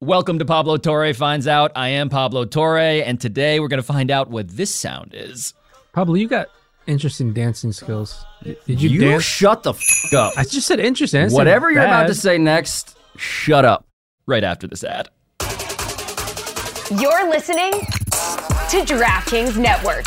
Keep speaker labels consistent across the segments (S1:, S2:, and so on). S1: Welcome to Pablo Torre Finds Out. I am Pablo Torre, and today we're going to find out what this sound is.
S2: Pablo, you got interesting dancing skills. Did you,
S3: You
S2: dance?
S3: shut the f- up.
S2: I just said interesting. I didn't say
S3: Whatever you're about
S2: bad.
S3: to say next, shut up.
S1: Right after this ad.
S4: You're listening to DraftKings Network.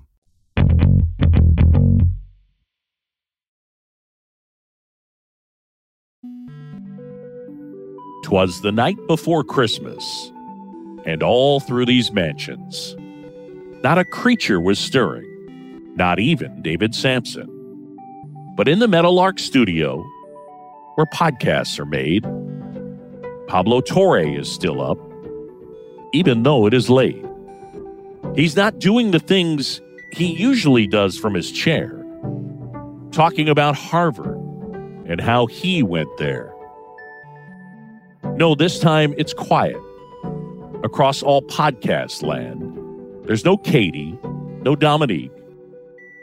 S5: Twas the night before Christmas, and all through these mansions, not a creature was stirring, not even David Sampson. But in the Meadowlark studio, where podcasts are made, Pablo Torre is still up, even though it is late. He's not doing the things he usually does from his chair, talking about Harvard and how he went there. No, this time it's quiet. Across all podcast land, there's no Katie, no Dominique,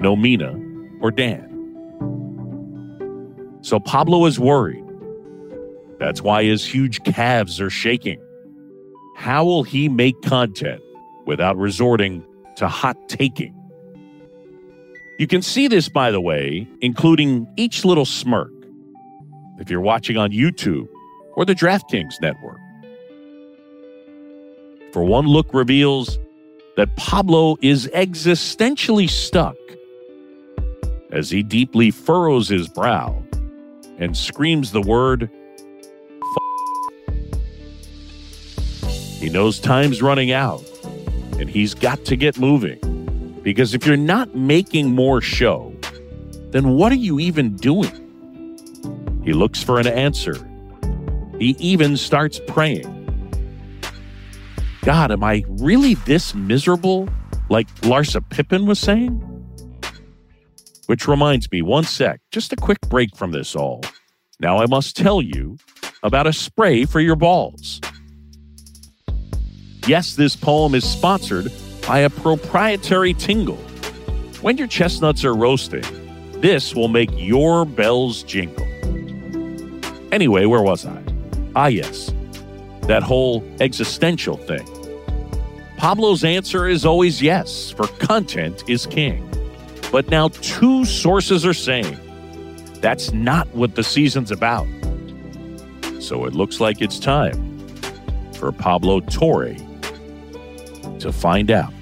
S5: no Mina, or Dan. So Pablo is worried. That's why his huge calves are shaking. How will he make content without resorting to hot taking? You can see this, by the way, including each little smirk. If you're watching on YouTube, or the DraftKings network. For one look reveals that Pablo is existentially stuck as he deeply furrows his brow and screams the word F- He knows time's running out and he's got to get moving because if you're not making more show, then what are you even doing? He looks for an answer he even starts praying. God, am I really this miserable? Like Larsa Pippen was saying? Which reminds me, one sec, just a quick break from this all. Now I must tell you about a spray for your balls. Yes, this poem is sponsored by a proprietary tingle. When your chestnuts are roasting, this will make your bells jingle. Anyway, where was I? Ah, yes, that whole existential thing. Pablo's answer is always yes, for content is king. But now two sources are saying that's not what the season's about. So it looks like it's time for Pablo Torre to find out.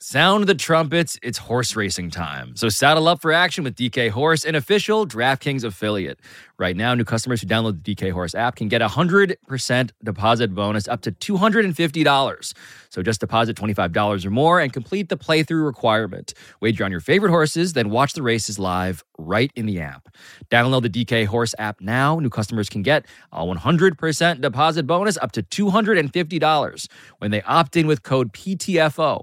S1: Sound the trumpets, it's horse racing time. So saddle up for action with DK Horse, an official DraftKings affiliate. Right now, new customers who download the DK Horse app can get a 100% deposit bonus up to $250. So just deposit $25 or more and complete the playthrough requirement. Wager on your favorite horses, then watch the races live right in the app. Download the DK Horse app now. New customers can get a 100% deposit bonus up to $250 when they opt in with code PTFO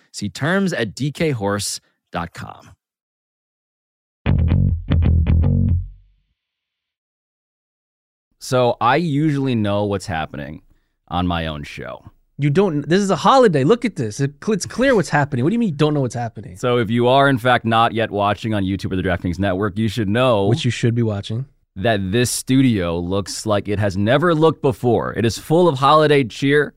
S1: See terms at dkhorse.com.
S3: So I usually know what's happening on my own show.
S2: You don't. This is a holiday. Look at this. It- It's clear what's happening. What do you mean you don't know what's happening?
S1: So if you are in fact not yet watching on YouTube or the DraftKings Network, you should know
S2: Which you should be watching.
S1: that this studio looks like it has never looked before. It is full of holiday cheer.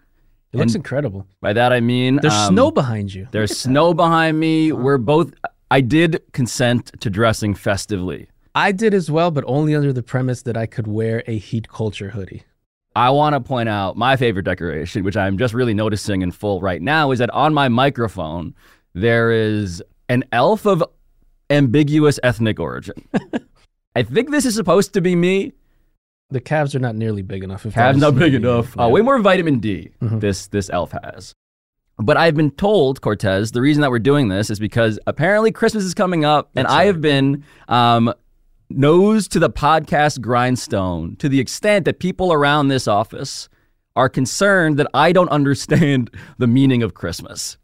S2: It looks
S1: And-
S2: incredible.
S1: By that I mean
S2: There's
S1: um,
S2: snow behind Uh-huh. you.
S1: There's snow behind me. We're both. I did consent to dressing festively.
S2: I did as well, but only under the premise that I could wear a heat culture hoodie.
S1: I want to point out my favorite decoration, which I'm just really noticing in full right now, is that on my microphone there is an elf of ambiguous ethnic origin. I think this is supposed to be me.
S2: The calves are not nearly big enough. If
S1: Cab's
S2: that's-
S1: not big enough. Mm-hmm. Uh,
S2: Yeah.
S1: way more vitamin D
S2: Mhm.
S1: this this elf has. But I've been told, Cortez, the reason that we're doing this is because apparently Christmas is coming up, and I have been um, nose to the podcast grindstone to the extent that people around this office are concerned that I don't understand the meaning of Christmas,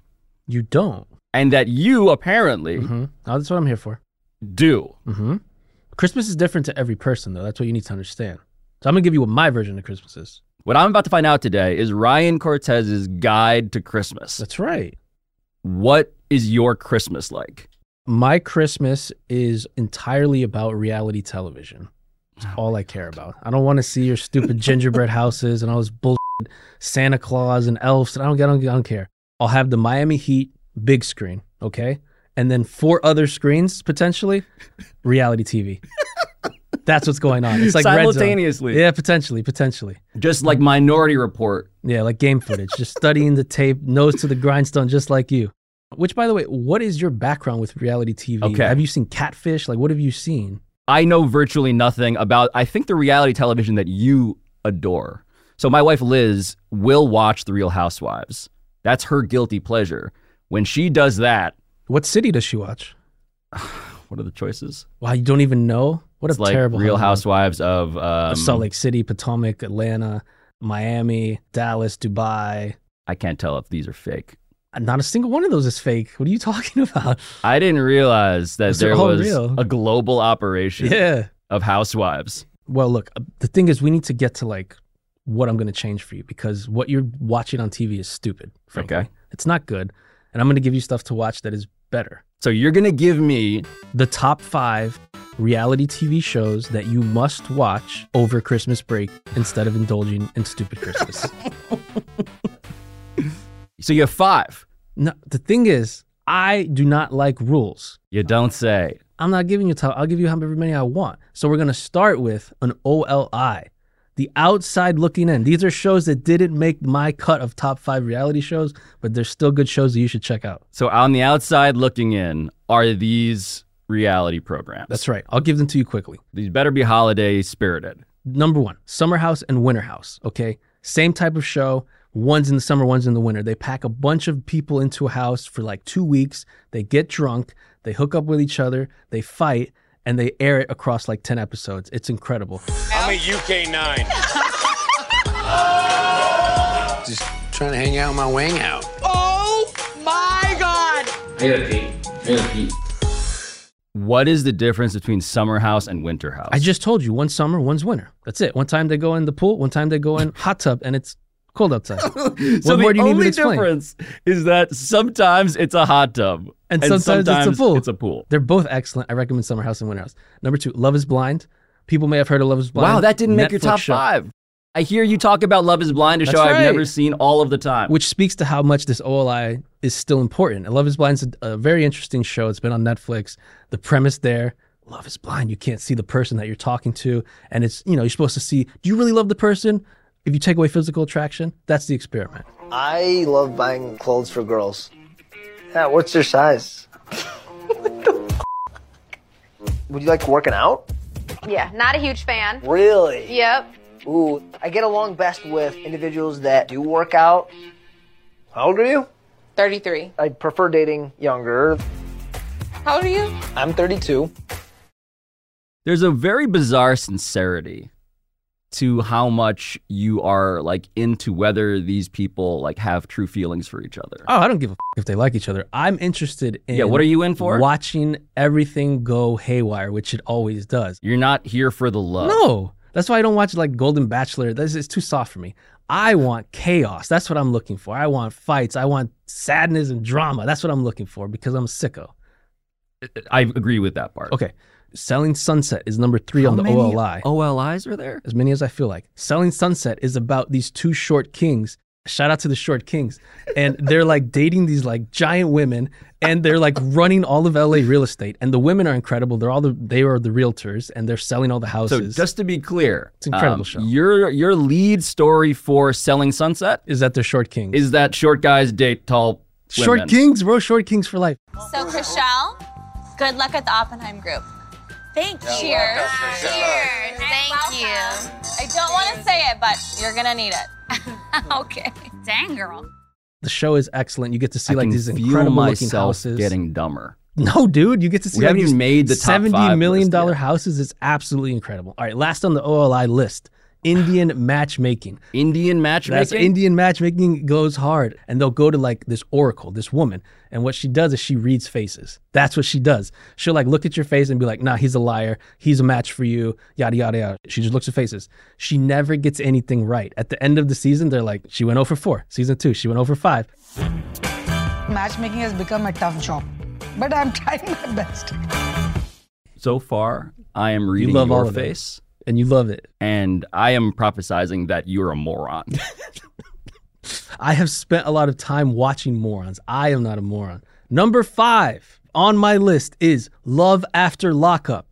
S2: You don't.
S1: and that you apparently
S2: hmm Oh, that's what I'm here for.
S1: do.
S2: hmm Christmas is different to every person, though. That's what you need to understand. So I'm gonna give you what my version of Christmas is.
S1: What I'm about to find out today is Ryan Cortez's guide to Christmas.
S2: That's right.
S1: What is your Christmas like?
S2: My Christmas is entirely about reality television. It's all I care about. I don't want to see your stupid gingerbread houses and all this bullshit Santa Claus and elves. And I don't, I don't, I don't care. I'll have the Miami Heat big screen, okay, and then four other screens potentially, reality TV. That's what's going on. It's like Red
S1: simultaneously.
S2: Zone. Yeah, potentially, potentially.
S1: Just like Minority Report.
S2: Yeah, like game footage, just studying the tape, nose to the grindstone, just like you. Which, by the way, what is your background with reality TV?
S1: Okay.
S2: Have you seen Catfish? Like, what have you seen?
S1: I know virtually nothing about, I think, the reality television that you adore. So my wife, Liz, will watch The Real Housewives. That's her guilty pleasure. When she does that,
S2: What city does she watch?
S1: what are the choices?
S2: Wow, you don't even know? What
S1: It's
S2: a
S1: like
S2: terrible
S1: Real
S2: husband.
S1: Housewives of um,
S2: Salt Lake City, Potomac, Atlanta, Miami, Dallas, Dubai.
S1: I can't tell if these are fake.
S2: Not a single one of those is fake. What are you talking about?
S1: I didn't realize that
S2: Those are
S1: there
S2: all
S1: was
S2: real.
S1: a global operation
S2: Yeah.
S1: of housewives.
S2: Well, look, uh, the thing is, we need to get to like what I'm going to change for you because what you're watching on TV is stupid. Frankly.
S1: Okay.
S2: It's not good. And I'm going to give you stuff to watch that is better.
S1: So you're gonna give me
S2: The top five reality TV shows that you must watch over Christmas break instead of indulging in stupid Christmas.
S1: so you have five.
S2: no, the thing is, I do not like rules.
S1: You don't say.
S2: I'm not giving you top. I'll give you however many I want. So we're gonna start with an OLI, the outside looking in. These are shows that didn't make my cut of top five reality shows, but they're still good shows that you should check out.
S1: So on the outside looking in are these reality programs.
S2: That's right. I'll give them to you quickly.
S1: These better be holiday spirited.
S2: Number one, Summer House and Winter House. Okay, same type of show. One's in the summer, one's in the winter. They pack a bunch of people into a house for like two weeks. They get drunk. They hook up with each other. They fight. And they air it across like 10 episodes. It's incredible.
S6: I'm a UK9.
S7: just trying to hang out in my wang out.
S8: Oh my god!
S1: What is the difference between summer house and winter house?
S2: I just told you, one summer, one's winter. That's it. One time they go in the pool, one time they go in hot tub, and it's cold outside.
S1: so
S2: what
S1: the
S2: more do you need me to
S1: only
S2: explain?
S1: difference is that sometimes it's a hot tub
S2: And sometimes it's a pool.
S1: It's a pool.
S2: They're both excellent. I recommend Summer House and Winter House. Number two, Love is Blind. People may have heard of Love is Blind.
S1: Wow, that didn't make your
S2: Netflix
S1: top
S2: show,
S1: five. I hear you talk about Love Is Blind, a
S2: That's
S1: show I've
S2: right.
S1: never seen all of the time.
S2: Which speaks to how much this OLI is still important. And Love is Blind is a, a very interesting show. It's been on Netflix. The premise there, Love is Blind. You can't see the person that you're talking to. And it's, you know, you're supposed to see, do you really love the person? If you take away physical attraction, that's the experiment.
S9: I love buying clothes for girls. Yeah, what's your size? Would you like working out?
S4: Yeah, not a huge fan.
S9: Really?
S4: Yep.
S9: Ooh, I get along best with individuals that do work out. How old are you?
S8: 33.
S9: I prefer dating younger.
S8: How old are you?
S9: I'm 32.
S1: There's a very bizarre sincerity to how much you are like into whether these people like have true feelings for each other.
S2: Oh, I don't give a f- if they like each other. I'm interested in
S1: Yeah, what are you in for?
S2: Watching everything go haywire, which it always does.
S1: You're not here for the love.
S2: No. That's why I don't watch like Golden Bachelor. That's it's too soft for me. I want chaos. That's what I'm looking for. I want fights. I want sadness and drama. That's what I'm looking for because I'm a sicko.
S1: I agree with that part.
S2: Okay. Selling Sunset is number three on the OLI.
S1: OLIs are there?
S2: as many as I feel like. Selling Sunset is about these two short kings. Shout out to the short kings. And they're like dating these like giant women and they're like running all of LA real estate. And the women are incredible. They're all the they are the realtors and they're selling all the
S1: So
S2: houses.
S1: just to be clear, um,
S2: It's an incredible show.
S1: Your your lead story for Selling Sunset
S2: is that they're short kings?
S1: is that short guys date tall
S2: short
S1: women.
S2: kings, bro, short kings for life.
S4: So, Chriselle, good luck at the Oppenheim Group. Thank you. Cheers. Cheers. Thank you. I don't want to say it, but you're going to need it. okay. Dang, girl.
S2: The show is excellent. You get to see
S1: I
S2: like
S1: can
S2: these
S1: feel
S2: incredible looking
S1: myself
S2: houses.
S1: getting dumber.
S2: No, dude, you get to see
S1: We
S2: like
S1: haven't
S2: these
S1: even made the top
S2: seventy
S1: five
S2: million
S1: list yet.
S2: dollar houses. It's absolutely incredible. All right, last on the OLI list, Indian matchmaking.
S1: Indian matchmaking.
S2: That's Indian matchmaking goes hard. And they'll go to like this oracle, this woman. And what she does is she reads faces. That's what she does. She'll like look at your face and be like, nah, he's a liar. He's a match for you. Yada, yada, yada. She just looks at faces. She never gets anything right. At the end of the season, they're like, she went over 4. Season 2, she went over 5.
S10: Matchmaking has become a tough job, but I'm trying my best.
S1: so far, I am reading
S2: love
S1: your
S2: all of it.
S1: face,
S2: And you love it.
S1: and I am prophesizing that you're a moron.
S2: I have spent a lot of time watching morons. I am not a moron. Number 5 on my list is Love After Lockup.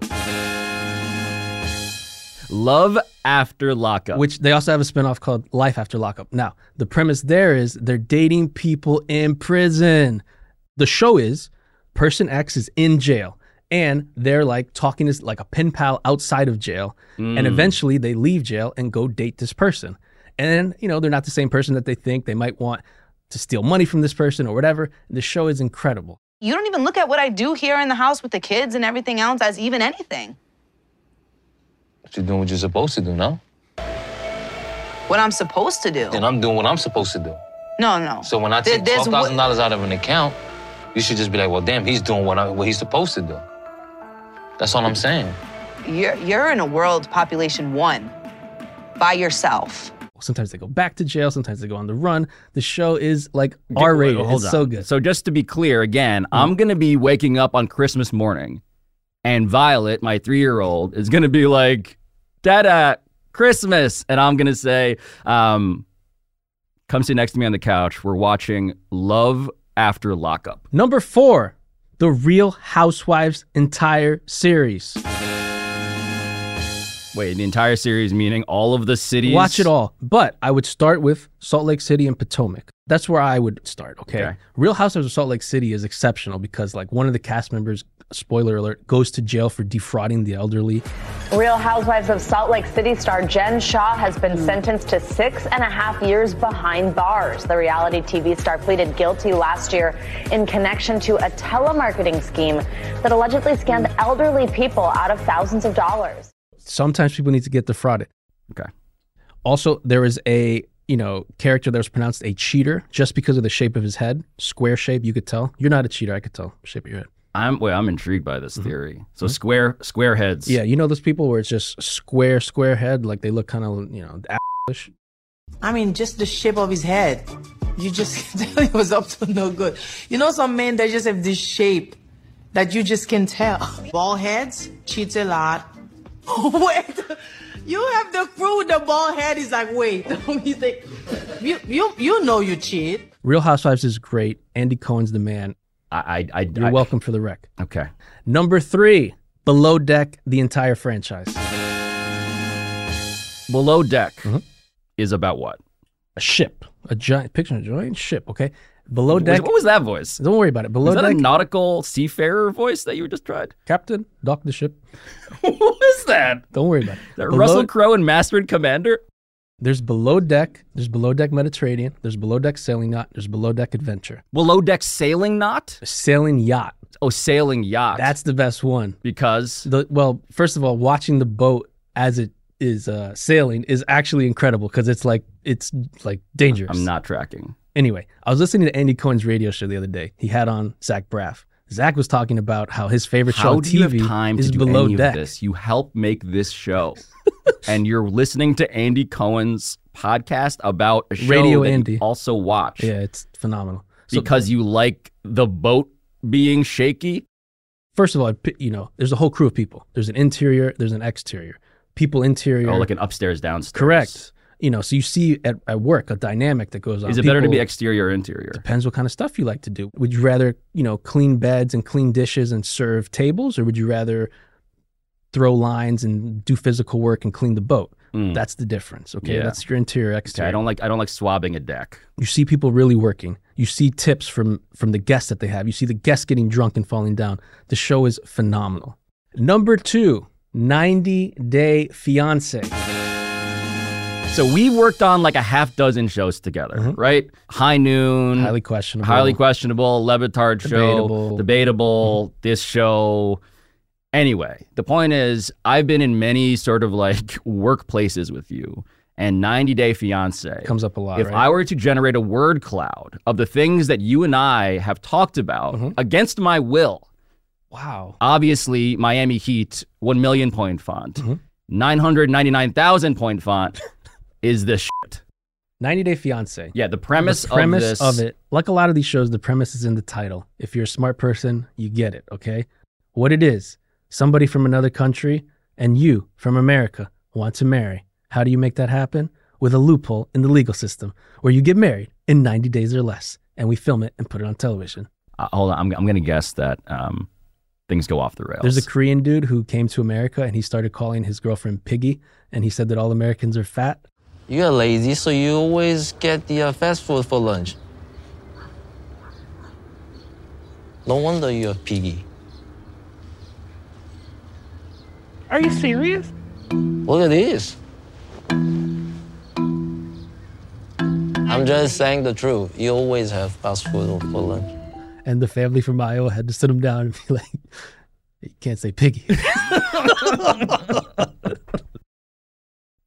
S1: Love after lockup.
S2: Which they also have a spinoff called Life After Lockup. Now, the premise there is they're dating people in prison. The show is person X is in jail and they're like talking to like a pen pal outside of jail.
S1: Mm.
S2: And eventually they leave jail and go date this person. And, you know, they're not the same person that they think. They might want to steal money from this person or whatever. The show is incredible.
S4: You don't even look at what I do here in the house with the kids and everything else as even anything.
S9: You're doing what you're supposed to do, no?
S4: What I'm supposed to do.
S9: And I'm doing what I'm supposed to do.
S4: No, no.
S9: So when I
S4: There-
S9: take
S4: there's
S9: twelve
S4: wa-
S9: thousand dollars out of an account, you should just be like, well, damn, he's doing what I, what he's supposed to do. That's all I'm saying.
S4: You're, you're in a world population one by yourself.
S2: Sometimes they go back to jail. Sometimes they go on the run. The show is like R rated.
S1: Hold
S2: It's
S1: on.
S2: so good.
S1: So just to be clear, again,
S2: Hmm.
S1: I'm gonna be waking up on Christmas morning, and Violet, my three-year-old, is gonna be like, "Dada, Christmas," and I'm gonna say, um, "Come sit next to me on the couch. We're watching Love After Lockup."
S2: Number four, The Real Housewives entire series.
S1: Wait, the entire series, meaning all of the cities.
S2: Watch it all. But I would start with Salt Lake City and Potomac. That's where I would start, okay?
S1: Okay.
S2: Real Housewives of Salt Lake City is exceptional because, like, one of the cast members, spoiler alert, goes to jail for defrauding the elderly.
S11: Real Housewives of Salt Lake City star Jen Shaw has been
S4: Hmm.
S11: sentenced to six and a half years behind bars. The reality TV star pleaded guilty last year in connection to a telemarketing scheme that allegedly scammed
S4: Hmm.
S11: elderly people out of thousands of dollars.
S2: Sometimes people need to get defrauded.
S1: Okay.
S2: Also, there is a you know character that was pronounced a cheater just because of the shape of his head, square shape. You could tell you're not a cheater. I could tell shape of your head.
S1: I'm wait, I'm intrigued by this theory. So square square heads.
S2: Mm-hmm. Yeah, you know those people where it's just square, square head, like they look kind of you know a-ish.
S10: I mean, just the shape of his head. You just can tell he was up to no good. You know, some men, they just have this shape that you just can tell. Bald heads, cheats a lot. wait, you have the crew with the bald head is like, wait, you, think, you, you, you know you cheat.
S2: Real Housewives is great. Andy Cohen's the man.
S1: I I, I
S2: You're
S1: I-
S2: welcome for the wreck.
S1: Okay.
S2: Number three, Below Deck, the entire franchise.
S1: Below deck
S2: Mm-hmm.
S1: is about what?
S2: A ship, a giant picture, a giant ship. Okay, Below
S1: What-
S2: Deck.
S1: What was that voice?
S2: Don't worry about it. Below
S1: Is that
S2: Deck,
S1: a nautical seafarer voice that you just tried?
S2: Captain, dock the ship.
S1: what is that?
S2: Don't worry about it.
S1: That
S2: Below-
S1: Russell Crowe and Master and Commander?
S2: There's Below Deck. There's Below Deck Mediterranean. There's Below Deck Sailing Yacht. There's Below Deck Adventure.
S1: Below deck sailing knot?
S2: Sailing Yacht.
S1: Oh, sailing yacht.
S2: That's the best one.
S1: because
S2: the well first of all watching the boat as it is uh, sailing is actually incredible because it's like it's like dangerous
S1: I'm not tracking.
S2: anyway i was listening to andy cohen's radio show the other day he had on zach braff zach was talking about how his favorite show
S1: How
S2: on
S1: do you
S2: tv
S1: have time to
S2: is
S1: do
S2: below
S1: any
S2: deck
S1: of this? You help make this show. and you're listening to Andy Cohen's podcast about a show
S2: Radio
S1: that you
S2: Andy.
S1: also watch
S2: Yeah, it's phenomenal. So-
S1: because you like the boat being shaky.
S2: First of all, I'd pi- you know, there's a whole crew of people. There's an interior, there's an exterior. People interior.
S1: Oh, like an upstairs downstairs.
S2: Correct. You know, so you see at, at work a dynamic that goes on.
S1: Is it better to be
S2: People-
S1: exterior or interior?
S2: Depends what kind of stuff you like to do. Would you rather, you know, clean beds and clean dishes and serve tables, or would you rather throw lines and do physical work and clean the boat?
S1: Mm.
S2: That's the difference. Okay,
S1: Yeah.
S2: that's your interior
S1: Okay,
S2: exterior.
S1: I don't like I don't like swabbing a deck.
S2: you see people really working. You see tips from from the guests that they have. You see the guests getting drunk and falling down. The show is phenomenal. Number two, 90 Day Fiance.
S1: Mm-hmm. So we worked on like a half dozen shows together, right? High Noon,
S2: Mm-hmm. Highly questionable.
S1: highly questionable, Levitard
S2: Debatable. Mm-hmm.
S1: show, debatable, this show. Anyway, the point is, I've been in many sort of like workplaces with you, and 90 Day Fiance
S2: comes up a lot.
S1: If
S2: right?
S1: I were to generate a word cloud of the things that you and I have talked about
S2: Mm-hmm.
S1: against my will,
S2: wow,
S1: obviously Miami Heat, 1 million point font,
S2: Mm-hmm.
S1: 999,000 point font is this shit.
S2: 90 Day Fiance.
S1: Yeah, the premise,
S2: the premise
S1: of this.
S2: it, like a lot of these shows, the premise is in the title. If you're a smart person, you get it, okay? What it is somebody from another country and you from America want to marry. How do you make that happen? With a loophole in the legal system where you get married in 90 days or less, and we film it and put it on television.
S1: Uh, hold on, I'm, I'm going to guess that um, things go off the rails.
S2: There's a Korean dude who came to America and he started calling his girlfriend Piggy, and he said that all Americans are fat.
S12: You're lazy, so you always get the uh, fast food for lunch. No wonder you're piggy.
S13: Are you serious?
S12: Look at this. I'm just saying the truth. You always have fast food for lunch.
S2: And the family from Iowa had to sit him down and be like, You can't say Piggy.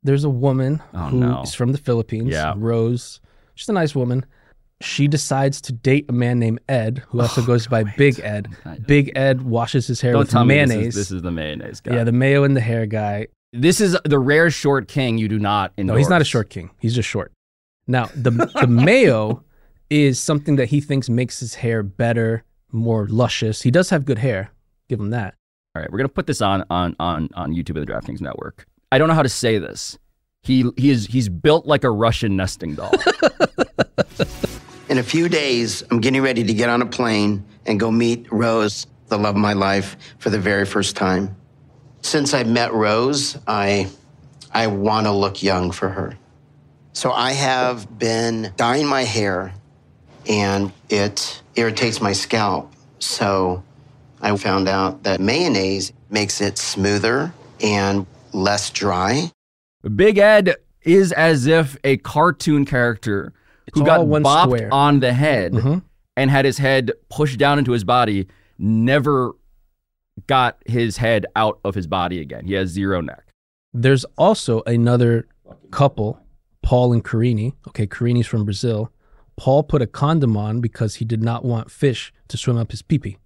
S2: there's a woman
S1: Oh,
S2: who
S1: no.
S2: is from the Philippines,
S1: Yeah.
S2: Rose. She's a nice woman. She decides to date a man named Ed, who also goes by Big Ed. Big Ed washes his hair
S1: Oh, Don't
S2: with
S1: tell me this
S2: mayonnaise.
S1: is- this is the mayonnaise guy.
S2: Yeah, the mayo and the hair guy.
S1: This is the rare short king you do not endorse.
S2: No, he's not a short king. He's just short. Now, the the mayo is something that he thinks makes his hair better, more luscious. He does have good hair. Give him that.
S1: All right, we're gonna put this on on on on YouTube and the DraftKings Network. I don't know how to say this. He he is he's built like a Russian nesting doll.
S14: In a few days, I'm getting ready to get on a plane and go meet Rose, the love of my life, for the very first time. Since I met Rose, I I want to look young for her. So I have been dyeing my hair and it irritates my scalp. So I found out that mayonnaise makes it smoother and less dry.
S1: Big Ed is as if a cartoon character who
S14: It's
S1: got
S14: all one
S1: bopped
S14: square.
S1: on the head
S2: Mm-hmm.
S1: and had his head pushed down into his body, never got his head out of his body again. He has zero neck.
S2: There's also another couple, Paul and Carini. Okay, Carini's from Brazil. Paul put a condom on because he did not want fish to swim up his pee-pee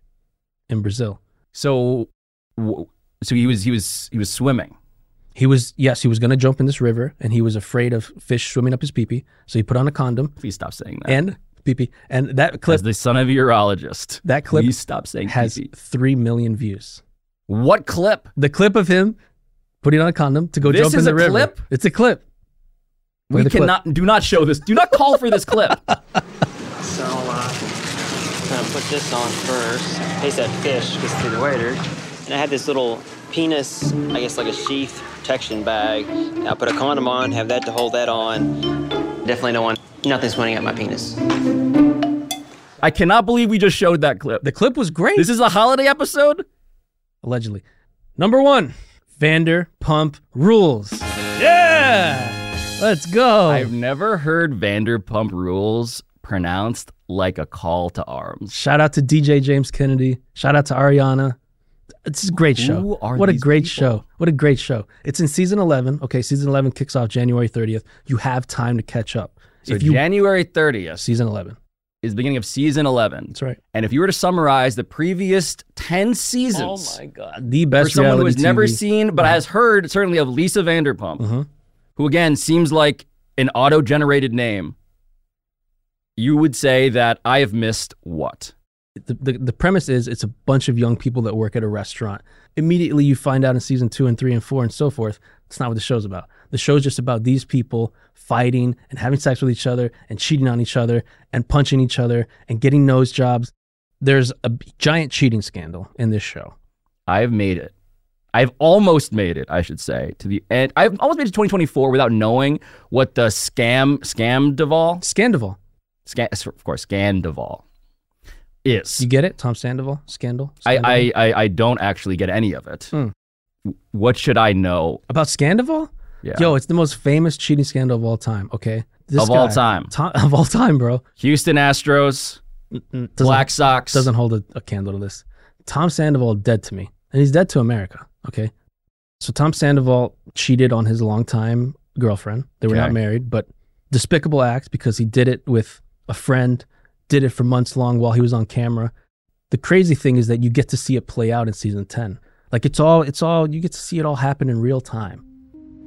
S2: in Brazil.
S1: So, w- so he was he was he was swimming.
S2: He was yes, he was going to jump in this river, and he was afraid of fish swimming up his pee-pee, so he put on a condom.
S1: Please stop saying that.
S2: And pee-pee, and that clip,
S1: As the son of a urologist,
S2: that clip
S1: please stop saying
S2: has
S1: pee-pee.
S2: three million views.
S1: What clip?
S2: The clip of him putting on a condom to go
S1: This
S2: jump in
S1: is
S2: the
S1: a
S2: river.
S1: clip?
S2: It's a clip. Play
S1: We
S2: the clip.
S1: cannot do not show this. Do not call for this clip.
S12: So, uh, I'm gonna put this on first. Taste that fish, gets to the waiter. And I had this little penis, I guess like a sheath protection bag. And I put a condom on, have that to hold that on. Definitely no one, nothing's pointing at my penis.
S1: I cannot believe we just showed that clip. The
S2: clip was great.
S1: This is a holiday episode.
S2: allegedly. Number one, Vanderpump Rules. Yeah, let's go.
S1: I've never heard Vanderpump Rules pronounced like a call to arms.
S2: Shout out to DJ James Kennedy. Shout out to Ariana. It's a great show.
S1: Who are
S2: what a
S1: these
S2: great show. What a great show. It's in season 11. Okay, season 11 kicks off January 30th. You have time to catch up.
S1: So
S2: if you
S1: January 30th
S2: season 11
S1: is the beginning of season 11. That's
S2: right.
S1: And if you were to summarize the previous 10 seasons.
S2: Oh my God. The best
S1: For someone who
S2: reality Uh-huh.
S1: has never
S2: TV.
S1: seen, but has heard certainly of Lisa Vanderpump, who again seems like an auto generated name. You would say that I have missed what?
S2: the, the, the premise is it's a bunch of young people that work at a restaurant. Immediately you find out in season two and three and four and so forth, it's not what the show's about. The show's just about these people fighting and having sex with each other and cheating on each other and punching each other and getting nose jobs. There's a b- giant cheating scandal in this show.
S1: I've made it. I've almost made it, I should say, to the end. I've almost made it to 2024 without knowing what the scam scam Duval
S2: Scandival
S1: scan of course Scandival is.
S2: You get it? Tom Sandoval? Scandal? Scandival?
S1: I, I I I don't actually get any of it.
S2: Hmm.
S1: What should I know?
S2: About Scandival?
S1: Yeah.
S2: Yo, it's the most famous cheating scandal of all time, okay?
S1: Of all time.
S2: Tom, of all time, bro.
S1: Houston Astros, Black Sox.
S2: doesn't hold a, a candle to this. Tom Sandoval dead to me, and he's dead to America. Okay, so Tom Sandoval cheated on his longtime girlfriend. They were not
S1: Okay.
S2: married, but despicable act because he did it with a friend, did it for months long while he was on camera. The crazy thing is that you get to see it play out in season ten. Like it's all, it's all you get to see it all happen in real time.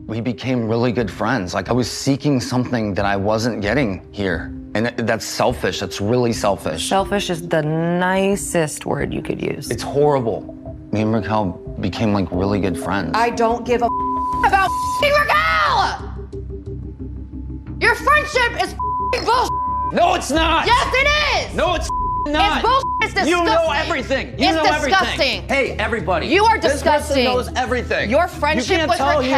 S14: We became really good friends. Like I was seeking something that I wasn't getting here. And th- that's selfish. That's really selfish.
S15: Selfish is the nicest word you could use.
S14: It's horrible. Me and Raquel became like really good friends.
S15: I don't give a
S16: about f***ing Raquel! Your friendship is f***ing bullshit!
S12: No, it's not.
S16: Yes, it is!
S12: No, it's f***ing not.
S16: It's bullshit! It's disgusting!
S12: You know everything. You
S16: it's
S12: know
S16: disgusting!
S12: everything. Hey, everybody.
S16: You are
S12: This person
S16: disgusting.
S12: knows everything.
S16: Your friendship
S12: you can't
S16: with
S12: tell
S16: Raquel
S12: you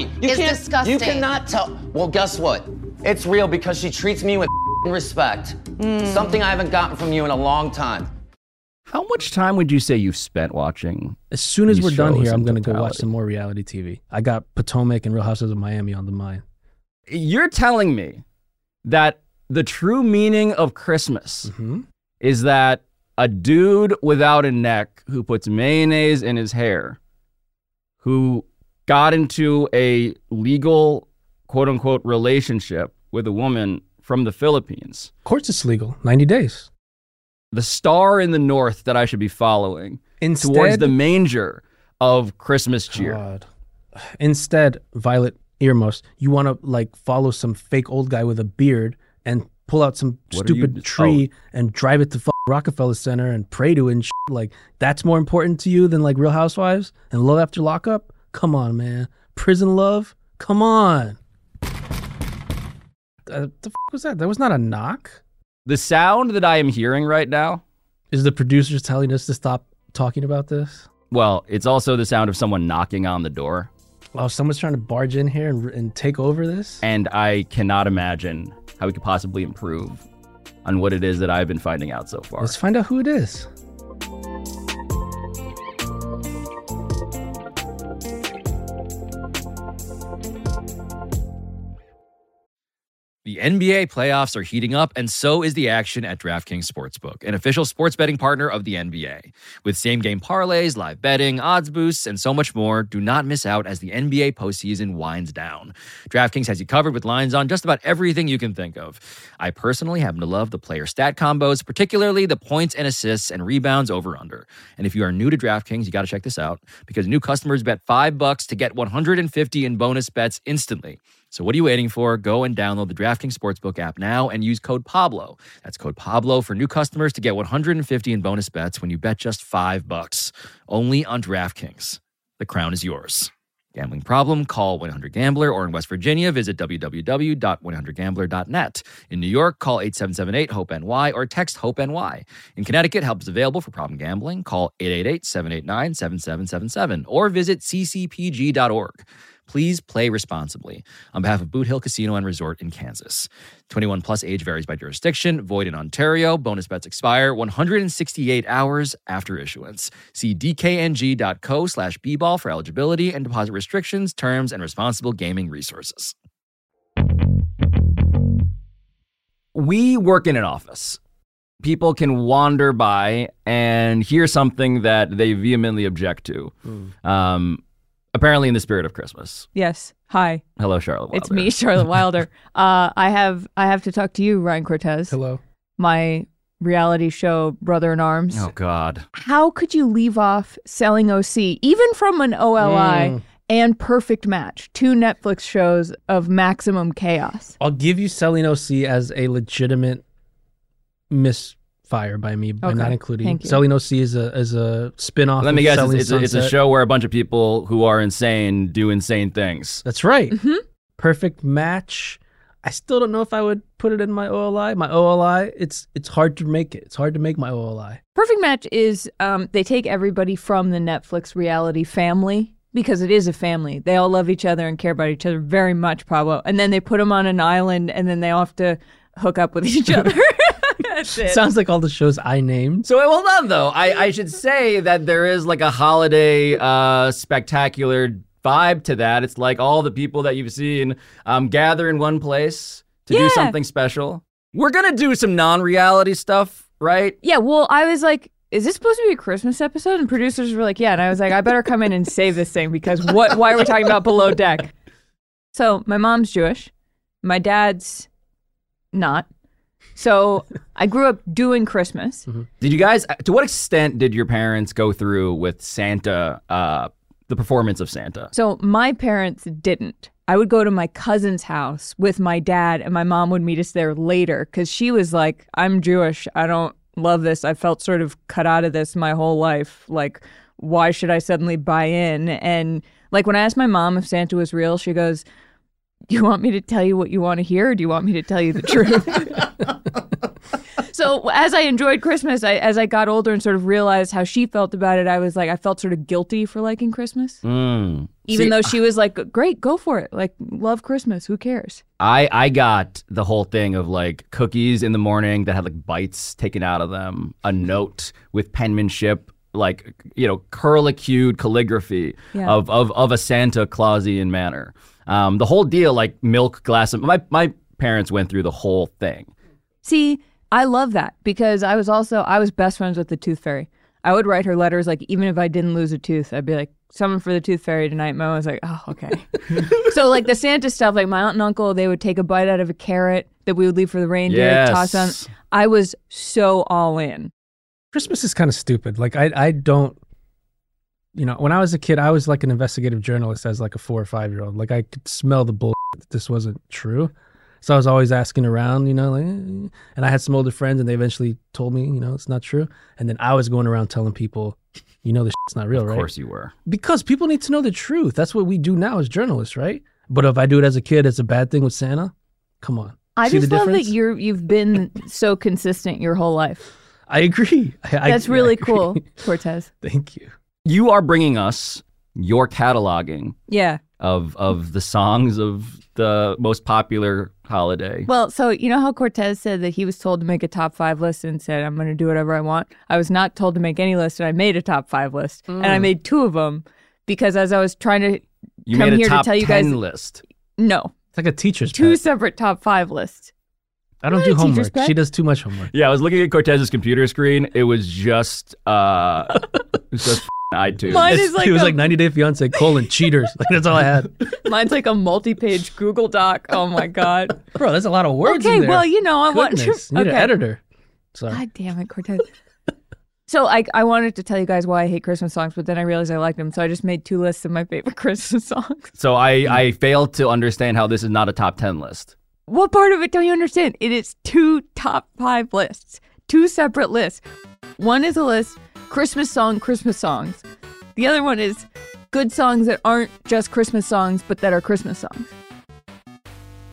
S12: anybody. You
S16: is
S12: can't,
S16: disgusting.
S12: You cannot tell.
S14: Well, guess what? It's real because she treats me with respect.
S15: Hmm.
S14: Something I haven't gotten from you in a long time.
S1: How much time would you say you've spent watching?
S2: As soon as
S1: these
S2: we're done
S1: shows
S2: here, I'm
S1: in
S2: gonna go watch
S1: totality?
S2: some more reality TV. I got Potomac and Real Houses of Miami on the mind.
S1: You're telling me that the true meaning of Christmas is that a dude without a neck who puts mayonnaise in his hair, who got into a legal quote unquote relationship with a woman from the Philippines.
S2: Of course, it's legal. Ninety days.
S1: the star in the north that I should be following
S2: Instead- Uh.
S1: towards the manger of Christmas cheer.
S2: Instead, Violet Earmuffs, you want to like follow some fake old guy with a beard and pull out some
S1: What are you
S2: stupid
S1: d- oh.
S2: tree and drive it to f- Rockefeller Center and pray to it and shit. like that's more important to you than like Real Housewives and Love After Lockup. Come on, man. Prison love. Come on. Uh, the f- was that? That was not a knock.
S1: The sound that I am hearing right now,
S2: Is the producers telling us to stop talking about this?
S1: well, it's also the sound of someone knocking on the door,
S2: Oh, someone's trying to barge in here and, and take over this.
S1: and I cannot imagine how we could possibly improve on what it is that I've been finding out so far.
S2: Let's find out who it is.
S17: The NBA playoffs are heating up, and so is the action at DraftKings Sportsbook, an official sports betting partner of the NBA. With same game parlays, live betting, odds boosts, and so much more, do not miss out as the NBA postseason winds down. DraftKings has you covered with lines on just about everything you can think of. I personally happen to love the player stat combos, particularly the points and assists and rebounds over under. And if you are new to DraftKings, you got to check this out because new customers bet 5 bucks to get 150 in bonus bets instantly. So what are you waiting for? Go and download the DraftKings Sportsbook app now and use code Pablo. That's code Pablo for new customers to get 150 in bonus bets when you bet just 5 bucks. Only on DraftKings. The crown is yours. Gambling problem? Call 1-800-GAMBLER or in West Virginia visit www.100gambler.net. In New York, call 877-8-HOPE-NY E or text HOPE-NY. E In Connecticut, help is available for problem gambling. Call 888-789-7777 or visit ccpg.org. Please play responsibly. On behalf of Boot Hill Casino and Resort in Kansas. 21 plus age varies by jurisdiction, void in Ontario. Bonus bets expire 168 hours after issuance. See dkng.co slash bball for eligibility and deposit restrictions, terms, and responsible gaming resources.
S1: we work in an office. People can wander by and hear something that they vehemently object to. Um, apparently, in the spirit of Christmas.
S10: Yes. Hi.
S1: Hello, Charlotte.
S10: It's me, Charlotte Wilder. uh, I have I have to talk to you, Ryan Cortez.
S2: Hello.
S10: My reality show Brother in Arms.
S17: Oh God.
S10: How could you leave off selling OC, even from an OLI
S2: Mm.
S10: and Perfect Match, two Netflix shows of maximum chaos?
S2: I'll give you Selling OC as a legitimate misfire by me by
S10: Okay,
S2: not including
S10: thank you.
S2: Selling OC is a is a spin off.
S1: Let me
S2: of
S1: guess,
S2: Selling
S1: it's, it's, a, it's a
S2: Sunset.
S1: show where a bunch of people who are insane do insane things.
S2: That's right.
S10: Mm-hmm.
S2: Perfect match. I still don't know if I would put it in my OLI. My OLI, it's it's hard to make it. It's hard to make my OLI.
S10: Perfect Match is um, they take everybody from the Netflix reality family because it is a family. They all love each other and care about each other very much, Pablo. And then they put them on an island, and then they all have to hook up with each other. That's it.
S2: Sounds like all the shows I named.
S1: So well done though. I, I should say that there is like a holiday uh, spectacular vibe to that. It's like all the people that you've seen um, gather in one place to
S10: Yeah.
S1: do something special. We're gonna do some non-reality stuff, right?
S10: yeah. Well, I was like. Is this supposed to be a Christmas episode? And producers were like, "Yeah," and I was like, "I better come in and save this thing because what? Why are we talking about below deck?" So my mom's Jewish, my dad's not. So I grew up doing Christmas.
S1: Did you guys? uh, To what extent did your parents go through with Santa? Uh, the performance of Santa.
S10: So my parents didn't. I would go to my cousin's house with my dad, and my mom would meet us there later because she was like, I'm Jewish. I don't love this. I felt sort of cut out of this my whole life. Like, why should I suddenly buy in? And like, when I asked my mom if Santa was real, she goes, Do you want me to tell you what you want to hear, or do you want me to tell you the truth? so as I enjoyed Christmas, I, as I got older and sort of realized how she felt about it, I was like, I felt sort of guilty for liking Christmas,
S1: Mm.
S10: even
S1: See,
S10: though she was like, "Great, go for it! Like, love Christmas. Who cares?"
S1: I I got the whole thing of like cookies in the morning that had like bites taken out of them, a
S10: Hmm.
S1: note with penmanship, like you know curlicued calligraphy
S5: Yeah.
S1: of of of a Santa Clausian manner. Um, the whole deal, like milk glass. Of, my my parents went through the whole thing.
S10: See, I love that because I was also I was best friends with the Tooth Fairy. I would write her letters like even if I didn't lose a tooth, I'd be like, "Someone for the Tooth Fairy tonight." Mo was like, "Oh, okay." so like the Santa stuff, like my aunt and uncle, they would take a bite out of a carrot that we would leave for the reindeer,
S2: Yes.
S10: toss on. I was so all in.
S2: Christmas is kind of stupid. Like I I don't you know, when I was a kid, I was like an investigative journalist as like a four or five year old. Like I could smell the bull that this wasn't true. So I was always asking around, you know, like eh, and I had some older friends and they eventually told me, you know, it's not true. And then I was going around telling people, you know, this shit's not real,
S1: Of
S2: right?
S1: course, you were.
S2: because people need to know the truth. That's what we do now as journalists, right? But if I do it as a kid, it's a bad thing with Santa. Come on,
S10: I
S2: see
S10: just
S2: the
S10: love
S2: difference.
S10: that you're you've been so consistent your whole life.
S2: I agree. I,
S10: That's
S2: I,
S10: really cool, Cortez.
S2: Thank you.
S1: You are bringing us your cataloging
S10: Yeah.
S1: of of the songs of the most popular holiday.
S10: Well, so you know how Cortez said that he was told to make a top five list and said, I'm going to do whatever I want? I was not told to make any list, and I made a top five list. And I
S1: Mm.
S10: made two of them because as I was trying to
S1: you
S10: come
S1: made a
S10: here
S1: top
S10: to tell you guys,
S1: ten list.
S10: no,
S2: It's like a teacher's
S10: two
S2: pet.
S10: separate top five lists.
S2: I don't
S10: not
S2: do
S10: a teacher's
S2: homework.
S10: pet.
S2: She does too much homework.
S1: Yeah, I was looking at Cortez's computer screen. It was just uh it was just iTunes.
S10: Mine is like
S2: it was
S10: a-
S2: like 90 Day Fiance colon cheaters. Like that's all I had.
S10: Mine's like a multi page Google Doc. Oh my God.
S2: Bro, that's a lot of words.
S10: Okay,
S2: in there.
S10: well, you know, I want-
S2: Goodness, you need
S10: Okay.
S2: an editor. Sorry.
S10: God damn it, Cortez. so I, I wanted to tell you guys why I hate Christmas songs, but then I realized I liked them. So I just made two lists of my favorite Christmas songs.
S1: So I I failed to understand how this is not a top 10 list.
S10: What part of it don't you understand? It is two top five lists, two separate lists. One is a list Christmas song, Christmas songs. The other one is good songs that aren't just Christmas songs, but that are Christmas songs.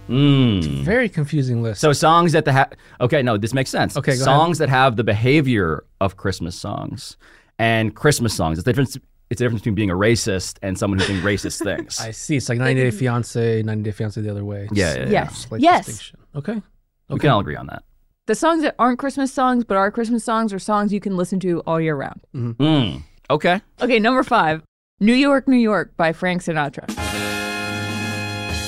S1: Mm.
S2: Very confusing list.
S1: So songs that the ha- Okay, no, this makes sense.
S2: Okay, go ahead.
S1: songs that have the behavior of Christmas songs and Christmas songs. It's the difference it's the difference between being a racist and someone who's doing racist things.
S2: I see. It's like 90 Day Fiance, 90 Day Fiance the other way.
S1: Yeah, yeah, yeah.
S10: Yes.
S2: Slight
S10: Yes.
S2: distinction. Okay.
S1: We can all agree on that.
S10: The songs that aren't Christmas songs, but are Christmas songs, are songs you can listen to all year round.
S1: Mm. Okay.
S10: Okay, number five New York, New York by Frank Sinatra.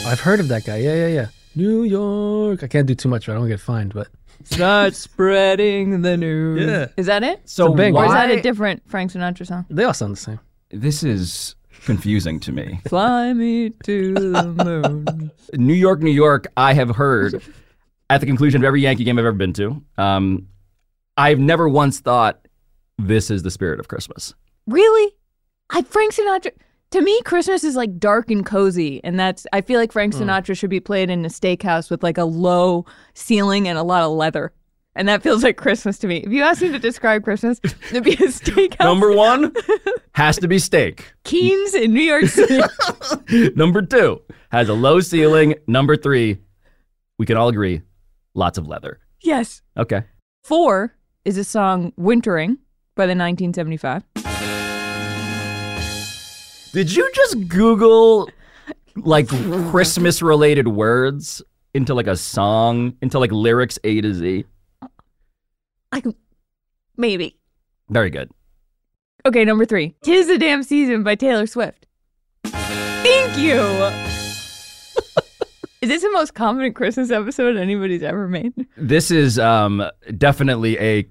S2: I've heard of that guy. Yeah, yeah, yeah. New York. I can't do too much. Or I don't get fined, but
S10: Start spreading the news.
S2: Yeah.
S10: Is that it?
S2: So It's a banger.
S10: or is that
S2: why-
S10: a different Frank Sinatra song?
S2: they all sound the same.
S1: This is confusing to me.
S10: Fly me to the moon.
S1: New York, New York, I have heard at the conclusion of every Yankee game I've ever been to. Um, I've never once thought this is the spirit of Christmas.
S10: Really? I Frank Sinatra. To me, Christmas is like dark and cozy, and that's. I feel like Frank
S1: Mm.
S10: Sinatra should be played in a steakhouse with like a low ceiling and a lot of leather, and that feels like Christmas to me. If you ask me to describe Christmas, it'd be a steakhouse.
S1: Number one has to be steak.
S10: Keens in New York City.
S1: Number two has a low ceiling. Number three, we can all agree, lots of leather.
S10: yes.
S1: Okay.
S10: Four is a song "Wintering" by the 1975.
S1: Did you just Google like Christmas related words into like a song, into like lyrics A to Z?
S10: Maybe.
S1: Very good.
S10: Okay, number three. Tis the Damn Season by Taylor Swift. Thank you. Is this the most confident Christmas episode anybody's ever made?
S1: This is um, definitely a.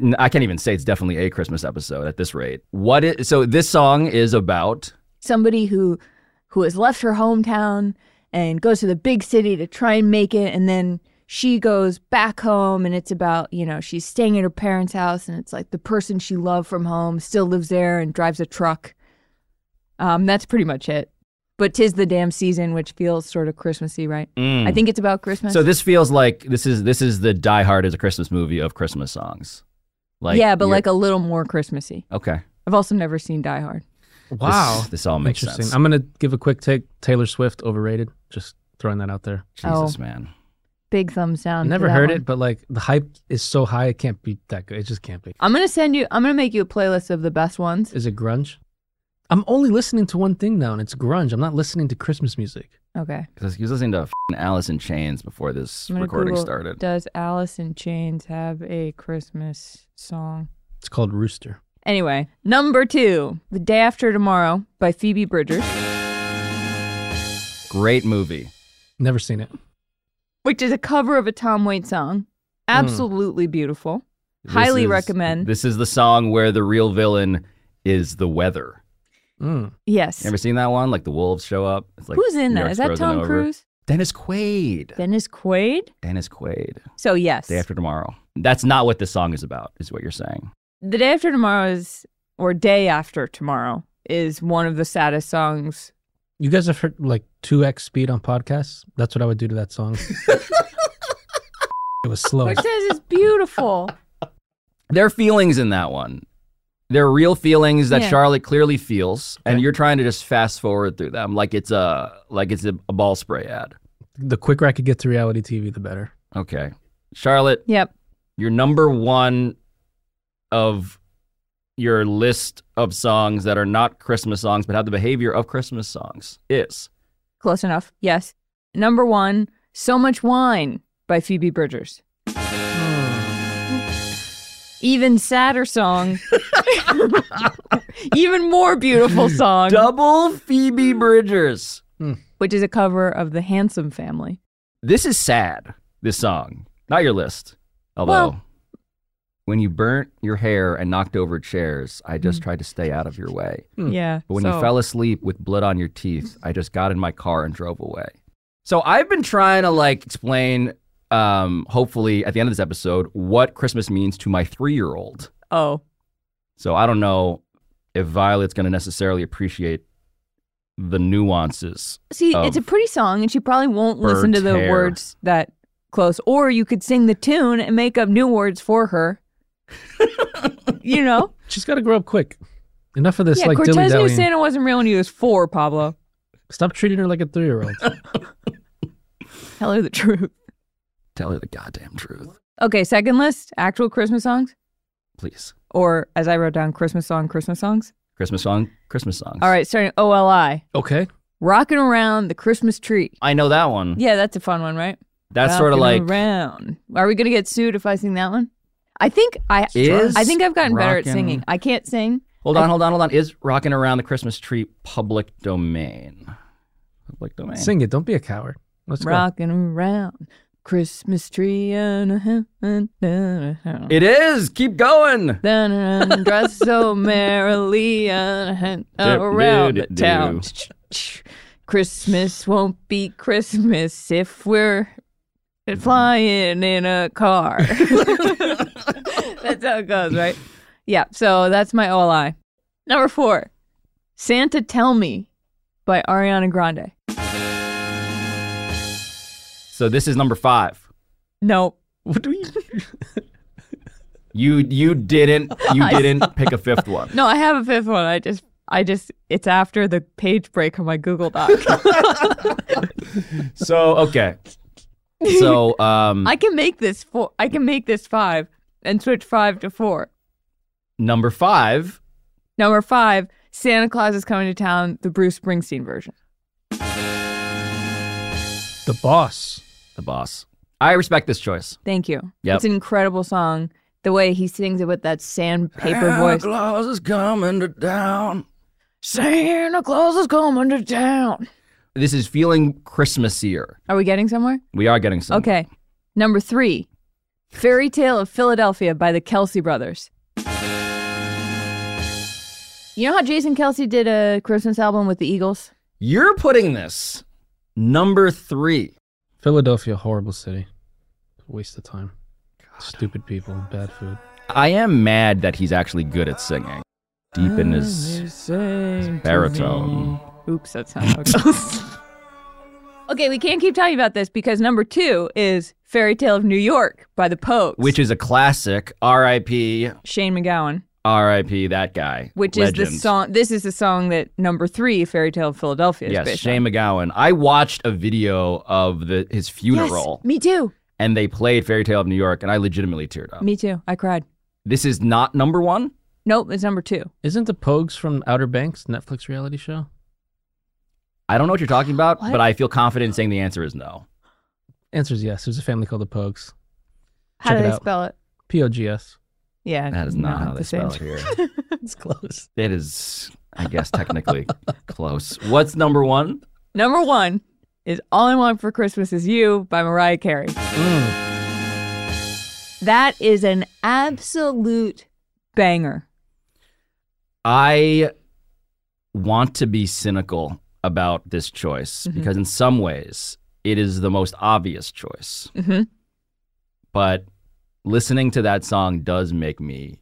S1: n- I can't even say it's definitely a Christmas episode at this rate. What is so? This song is about
S10: Somebody who who has left her hometown and goes to the big city to try and make it and then she goes back home and it's about, you know, she's staying at her parents' house and it's like the person she loved from home still lives there and drives a truck. Um, that's pretty much it. But tis the damn season, which feels sort of Christmassy, right?
S1: Mm.
S10: I think it's about Christmas.
S1: So this feels like this is this is the Die Hard is a Christmas movie of Christmas songs.
S10: yeah, but
S1: you're-
S10: like a little more Christmassy.
S1: okay.
S10: I've also never seen Die Hard.
S2: Wow.
S1: This, this all makes
S2: Interesting.
S1: sense.
S2: I'm gonna give a quick take. Taylor Swift overrated. Just throwing that out there.
S10: Jesus, Oh.
S1: man.
S10: Big thumbs down. to
S2: Never
S10: Um, that
S2: heard
S10: one.
S2: it, but like the hype is so high, it can't be that good. It just can't be.
S10: I'm gonna send you. I'm gonna make you a playlist of the best ones.
S2: Is it grunge? I'm only listening to one thing now, and it's grunge. I'm not listening to Christmas music.
S10: Okay.
S1: Because he was listening to fing Alice in Chains before this
S10: I'm gonna
S1: recording
S10: Google,
S1: started.
S10: Does Alice in Chains have a Christmas song?
S2: It's called Rooster.
S10: Anyway, number two, "The Day After Tomorrow" by Phoebe Bridgers,
S1: Great movie.
S2: Never seen it.
S10: which is a cover of a Tom Waits song. Absolutely beautiful.
S1: Hmm. This
S10: Highly
S1: is-
S10: recommend.
S1: This is the song where the real villain is the weather.
S10: yes.
S2: Mm.
S1: You ever seen that one? Like the wolves show up. It's like
S10: Who's in
S1: New
S10: that?
S1: York's
S10: Is that
S1: frozen
S10: Tom
S1: over.
S10: Cruise?
S1: Dennis Quaid.
S10: Dennis Quaid.
S1: Dennis Quaid.
S10: So yes.
S1: Day after tomorrow. That's not what this song is about, is what you're saying.
S10: The day after tomorrow is, or day after tomorrow is one of the saddest songs.
S2: You guys have heard like two x speed on podcasts. That's what I would do to that song. it was slow.
S10: Which says it's beautiful.
S1: There are feelings in that one. There are real feelings that
S10: Yeah.
S1: Charlotte clearly feels, and you're trying to just fast forward through them like it's a like it's a, a ball spray ad.
S2: The quicker I could get to reality TV, the better.
S1: Okay, Charlotte.
S10: Yep.
S1: You're number one of your list of songs that are not Christmas songs but have the behavior of Christmas songs is
S10: Close enough. Yes. Number one, So Much Wine by Phoebe Bridgers. Hmm. Even sadder song. Even more beautiful song.
S1: Double Phoebe Bridgers.
S10: Which is a cover of The Handsome Family.
S1: this is sad. This song, not your list. Although, when you burnt your hair and knocked over chairs, I just tried to stay out of your way.
S10: Hmm. Yeah,
S1: But when you
S10: Mm. so-
S1: fell asleep with blood on your teeth, I just got in my car and drove away. So I've been trying to like explain, um, hopefully at the end of this episode, what Christmas means to my three-year-old.
S10: Oh.
S1: So I don't know if Violet's going to necessarily appreciate the nuances.
S10: See,
S1: of-
S10: it's a pretty song, and she probably won't listen to
S1: burnt
S10: the
S1: hair.
S10: words that close. Or you could sing the tune and make up new words for her. you know?
S2: She's got to grow up quick. Enough of this
S10: yeah,
S2: like dilly
S10: Cortez knew
S2: dallying.
S10: Santa wasn't real when he was four, Pablo.
S2: Stop treating her like a three year old.
S10: Tell her the truth.
S1: Tell her the goddamn truth,
S10: Okay, second list actual Christmas songs,
S1: please.
S10: or as I wrote down, Christmas song, Christmas songs.
S1: Christmas song, Christmas songs.
S10: All right, starting OLI.
S2: Okay.
S10: Rocking around the Christmas tree.
S1: I know that one.
S10: Yeah, that's a fun one, right?
S1: That's sorta
S10: Rocking
S1: like-
S10: around. Are we gonna get sued if I sing that one? I think I
S1: Is
S10: I think I've gotten better at
S1: rockin'-
S10: singing. I can't sing.
S1: Hold on,
S10: I-
S1: hold on, hold on. Is rocking around the Christmas tree public domain? Public domain.
S2: Sing it. Don't be a coward. Let's
S10: Rocking around Christmas tree and a ha- and a ha-
S1: It is. Keep going.
S10: Dun, dun, dun, Dress so merrily uh, and around the town. Christmas won't be Christmas if we're flying in a car. that's how it goes, right? Yeah. So that's my OLI. Number four, Santa Tell Me by Ariana Grande.
S1: So this is number five.
S10: Nope.
S1: What do we? You you didn't you
S10: I-
S1: didn't pick a fifth one.
S10: No, I have a fifth one. I just, I just, it's after the page break on my Google Doc.
S1: So okay. So um
S10: I can make this four. I can make this five and switch five to four.
S1: number five.
S10: Number five, Santa Claus is coming to town, the Bruce Springsteen version.
S1: The boss. The boss. I respect this choice.
S10: Thank you.
S1: Yep.
S10: It's an incredible song. The way he sings it with that sandpaper
S18: Santa
S10: voice.
S18: Claus is coming to town.
S10: Santa Claus is coming to town.
S1: This is feeling Christmasier.
S10: Are we getting somewhere?
S1: We are getting some.
S10: Okay. Number three, Fairy Tale of Philadelphia by the Kelsey Brothers. You know how Jason Kelsey did a Christmas album with the Eagles?
S1: You're putting this number three.
S2: Philadelphia, horrible city. Waste of time. Stupid people, bad food.
S1: I am mad that he's actually good at singing. Deep in his, his baritone.
S10: Oops, that's not how it goes. Okay, we can't keep talking about this because number two is Fairy Tale of New York by the Pogues,
S1: Which is a classic. R.I.P.
S10: Shane McGowan,
S1: R.I.P. That guy.
S10: which is the
S1: Legend.
S10: song. This is the song that number three, Fairy Tale of Philadelphia, is
S1: Yes,
S10: based
S1: Shane McGowan. I watched a video of the his
S10: on.
S1: funeral,
S10: Yes, me too.
S1: and they played Fairy Tale of New York, and I legitimately teared up.
S10: Me too. I cried.
S1: This is not number one.
S10: Nope, it's number two.
S2: Isn't the Pogues from Outer Banks Netflix reality show?
S1: I don't know what you're talking about,
S2: What?
S1: but I feel confident in saying the answer is no.
S2: Answer's yes. There's a family called the Pogues.
S10: How
S2: Check
S10: do
S2: it
S10: they
S2: out.
S10: spell it?
S2: P O G S.
S10: Yeah,
S1: That is not, how
S10: the
S1: they
S10: same.
S1: spell it here.
S2: it's close.
S1: It is, I guess, technically close. What's number one?
S10: Number one is All I Want for Christmas Is You by Mariah Carey.
S2: Mm.
S10: That is an absolute banger.
S1: I want to be cynical about this choice
S10: Mhm.
S1: because, in some ways, it is the most obvious choice.
S10: Mm-hmm.
S1: But listening to that song does make me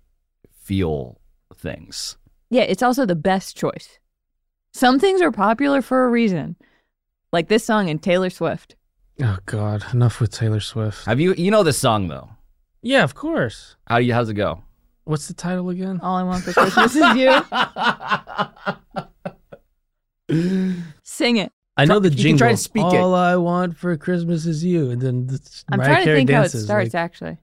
S1: feel things.
S10: Yeah, it's also the best choice. Some things are popular for a reason, like this song and Taylor Swift.
S2: Oh God, enough with Taylor Swift.
S1: Have you you know this song though?
S2: Yeah, of course.
S1: How do you how's it go?
S2: What's the title again?
S10: All I want for Christmas is you. Sing it.
S2: I know the
S10: You
S2: jingle.
S10: can try and speak
S2: All
S10: it.
S2: I want for Christmas is you, and then the
S10: I'm
S2: Mariah
S10: trying to
S2: Carey
S10: think
S2: dances.
S10: how it starts
S2: like, Oh,
S10: actually.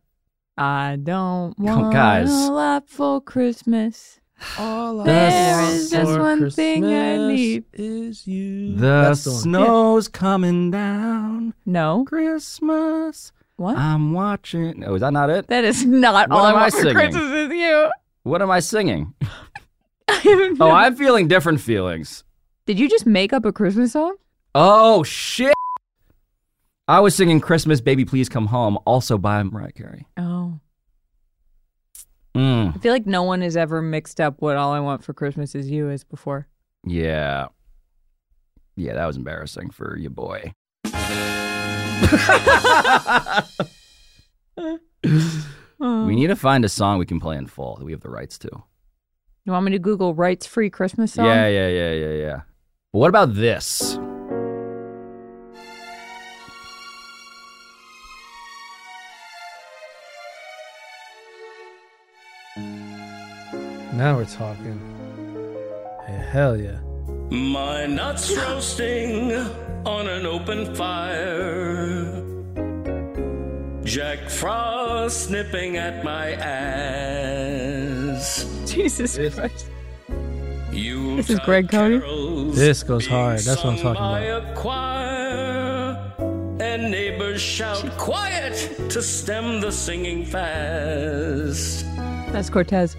S10: I don't want
S2: guys.
S10: a lot for Christmas.
S2: All
S10: there
S2: want
S10: is just
S2: for
S10: one thing I
S2: Christmas
S10: need.
S2: Is you.
S1: The
S2: That's the one.
S1: snow's coming down.
S10: No.
S1: Christmas.
S10: What?
S1: I'm watching. Oh, is that not it?
S10: That is not
S1: What
S10: all I
S1: am I
S10: want for
S1: singing?
S10: Christmas is you.
S1: What am I singing? oh, I'm feeling different feelings.
S10: Did you just make up a Christmas song?
S1: Oh shit. I was singing Christmas Baby Please Come Home, also by Mariah Carey.
S10: Oh.
S1: Mm,
S10: I feel like no one has ever mixed up what All I Want for Christmas Is You is before.
S1: yeah. Yeah, that was embarrassing for your boy.
S10: Oh.
S1: We need to find a song we can play in full that we have the rights to.
S10: You want me to Google rights free Christmas song?
S1: Yeah, yeah, yeah, yeah, yeah. But what about this?
S2: Now we're talking. Hey, hell yeah.
S18: My nuts roasting on an open fire. Jack Frost nipping at my ass.
S10: Jesus Christ.
S18: You
S2: This is Greg Cody. This goes hard. That's what I'm talking
S18: by
S2: about.
S18: a choir, and neighbors shout quiet to stem the singing fast.
S10: That's Cortez.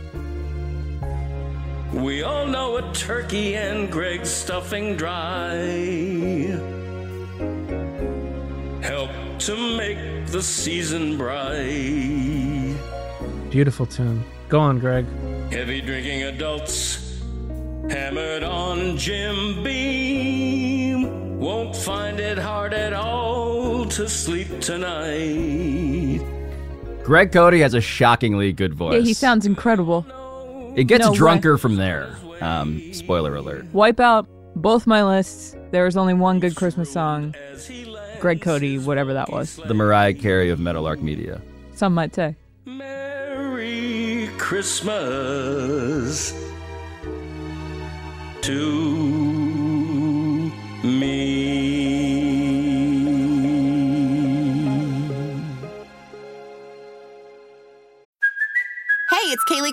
S18: We all know a turkey and Greg's stuffing dry. Help to make the season bright.
S2: Beautiful tune. Go on, Greg.
S18: Heavy drinking adults hammered on Jim Beam.
S5: Won't find it hard at all to sleep tonight.
S1: Greg Cody has a shockingly good voice.
S9: Yeah, he sounds incredible.
S1: it gets
S9: No way.
S1: drunker from there. Um, spoiler alert.
S9: Wipe out both my lists. There was only one good Christmas song. Greg Cody, whatever that was.
S1: The Mariah Carey of Metal Arc Media.
S9: Some might say.
S5: Merry Christmas to me.
S4: Hey, it's Kaylee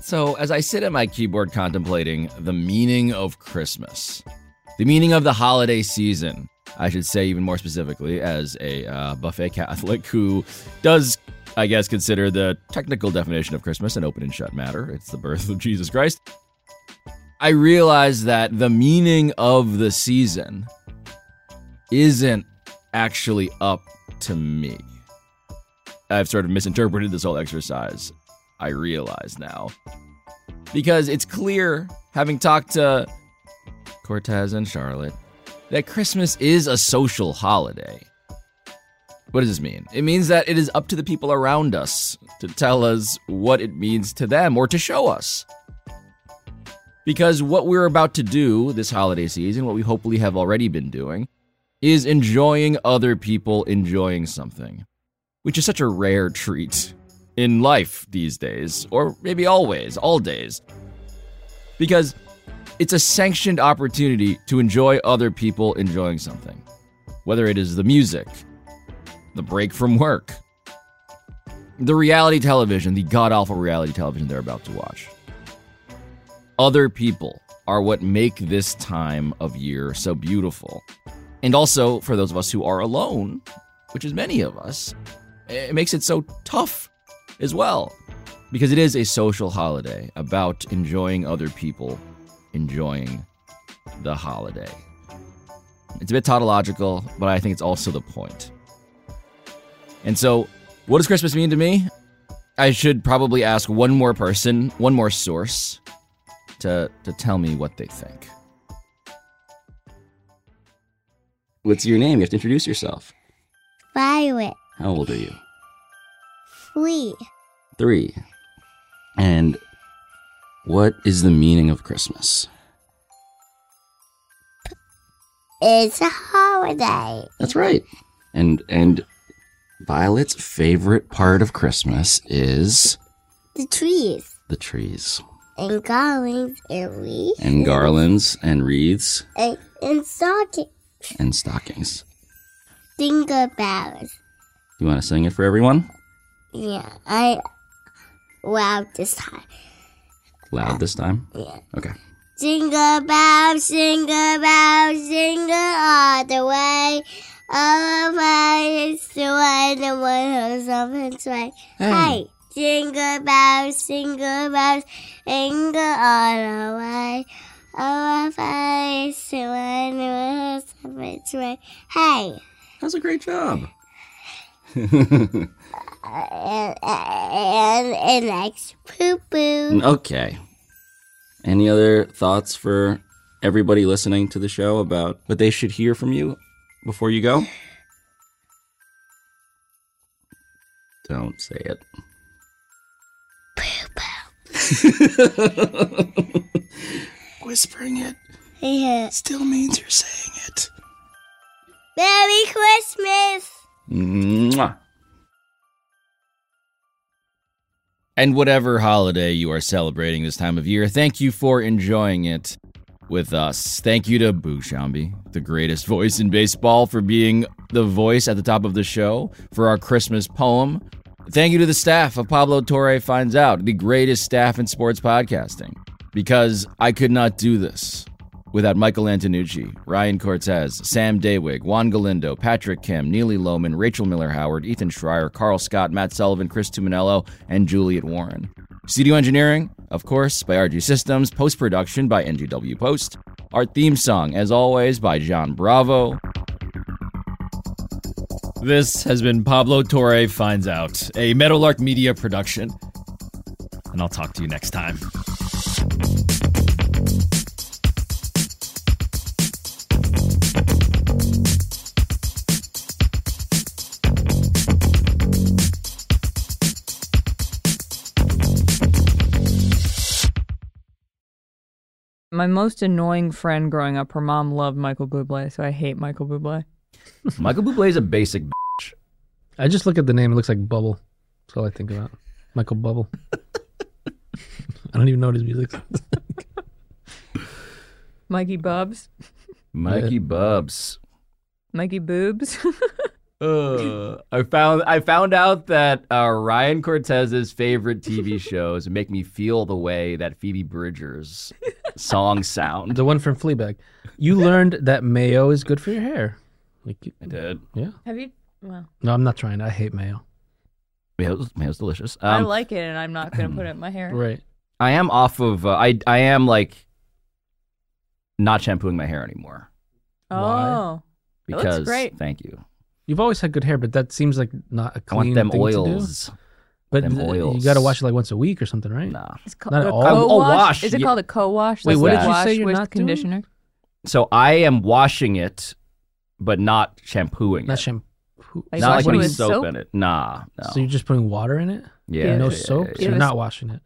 S1: So, as I sit at my keyboard contemplating the meaning of Christmas, the meaning of the holiday season, I should say, even more specifically, as a uh, buffet Catholic who does, I guess, consider the technical definition of Christmas an open and shut matter. It's the birth of Jesus Christ. I realize that the meaning of the season isn't actually up to me. I've sort of misinterpreted this whole exercise. I realize now. Because it's clear, having talked to Cortez and Charlotte, that Christmas is a social holiday. What does this mean? It means that it is up to the people around us to tell us what it means to them or to show us. Because what we're about to do this holiday season, what we hopefully have already been doing, is enjoying other people enjoying something, which is such a rare treat in life these days, or maybe always, all days. Because it's a sanctioned opportunity to enjoy other people enjoying something, whether it is the music, the break from work, the reality television, the god awful reality television they're about to watch. Other people are what make this time of year so beautiful. And also, for those of us who are alone, which is many of us, it makes it so tough as well. Because it is a social holiday about enjoying other people enjoying the holiday. It's a bit tautological, but I think it's also the point. And so, what does Christmas mean to me? I should probably ask one more person, one more source, to, to tell me what they think. What's your name? You have to introduce yourself.
S10: Violet,
S1: How old are you?
S10: Flea,
S1: Three. And what is the meaning of Christmas?
S10: it's a holiday.
S1: That's right. And and Violet's favorite part of Christmas is
S10: The trees
S1: the trees
S10: and garlands and leaves
S1: and garlands and wreaths
S10: and, and socket
S1: and stockings.
S10: finger bells.
S1: You want to sing it for everyone?
S10: Yeah, I wow this time.
S1: Loud this time.
S10: Yeah.
S1: Okay.
S10: Jingle bells, jingle bells, jingle all the way. All the way is the way the one who's up and sway.
S19: Hey.
S10: Hey, jingle bells, jingle bells, jingle all the way. All the way is the way the one who's up and sway. Hey.
S1: That's a great job.
S10: And, and, and it likes poo poo.
S1: okay. Any other thoughts for everybody listening to the show about what they should hear from you before you go? Don't say it. Whispering it
S10: Yeah.
S1: still means you're saying it.
S10: Merry Christmas!
S1: Mwah. And whatever holiday you are celebrating this time of year, thank you for enjoying it with us. Thank you to Bushambi, the greatest voice in baseball, for being the voice at the top of the show for our Christmas poem. Thank you to the staff of Pablo Torre Finds Out, the greatest staff in sports podcasting.
S20: because I could not do this without Michael Antonucci, Ryan Cortez, Sam Daywig, Juan Galindo, Patrick Kim, Neely Lohman, Rachel Miller Howard, Ethan Schreier, Carl Scott, Matt Sullivan, Chris Tuminello, and Juliet Warren. Studio engineering, of course, by RG Systems, post production by NGW Post, our theme song, as always, by John Bravo.
S17: This has been Pablo Torre Finds Out, a Meadowlark Media production. And I'll talk to you next time.
S10: My most annoying friend growing up, her mom loved Michael Bublé, so I hate Michael Bublé.
S1: Michael Bublé is a basic bitch.
S2: I just look at the name; it looks like Bubble. That's all I think about. Michael Bubble. I don't even know what his music. sounds like.
S10: Mikey Bubs,
S1: Mikey Bubs.
S10: Mikey Boobs.
S1: Uh, I found I found out that uh, Ryan Cortez's favorite TV shows make me feel the way that Phoebe Bridgers' song sound.
S2: The one from Fleabag. You learned that mayo is good for your hair. Like you, I
S1: did.
S2: Yeah.
S10: Have you? Well,
S2: No, I'm not trying. I hate mayo.
S1: Mayo's, mayo's delicious.
S10: I
S1: Um,
S10: like it, and I'm not going to put it in my hair.
S1: I am off of. Uh, I I am like not shampooing my hair anymore
S10: Oh, It looks
S1: because
S10: great.
S1: thank you.
S2: You've always had good hair, but that seems like not a
S1: I want
S2: clean
S1: them
S2: thing
S1: oils.
S2: to do. But
S1: Them
S2: th- you
S1: oils.
S2: got to wash it like once a week or something, right?
S1: Nah.
S10: It's
S2: called
S10: called
S2: not
S10: a
S2: at all. Oh,
S10: co-wash. Is it called a co-wash?
S2: Wait,
S10: Like
S2: what
S10: a
S2: did you
S10: wash
S2: say you're
S10: with
S2: not doing?
S10: conditioner?
S1: So I am washing it, but not shampooing
S2: Not
S1: it.
S2: shampoo.
S10: Like
S1: not like
S10: washing
S1: putting
S10: with
S1: soap,
S10: soap?
S1: in it. Nah, no.
S2: So you're just putting water in it?
S1: Yeah,
S2: No
S1: yeah,
S2: soap.
S1: yeah,
S2: So you're
S1: yeah.
S2: not washing it.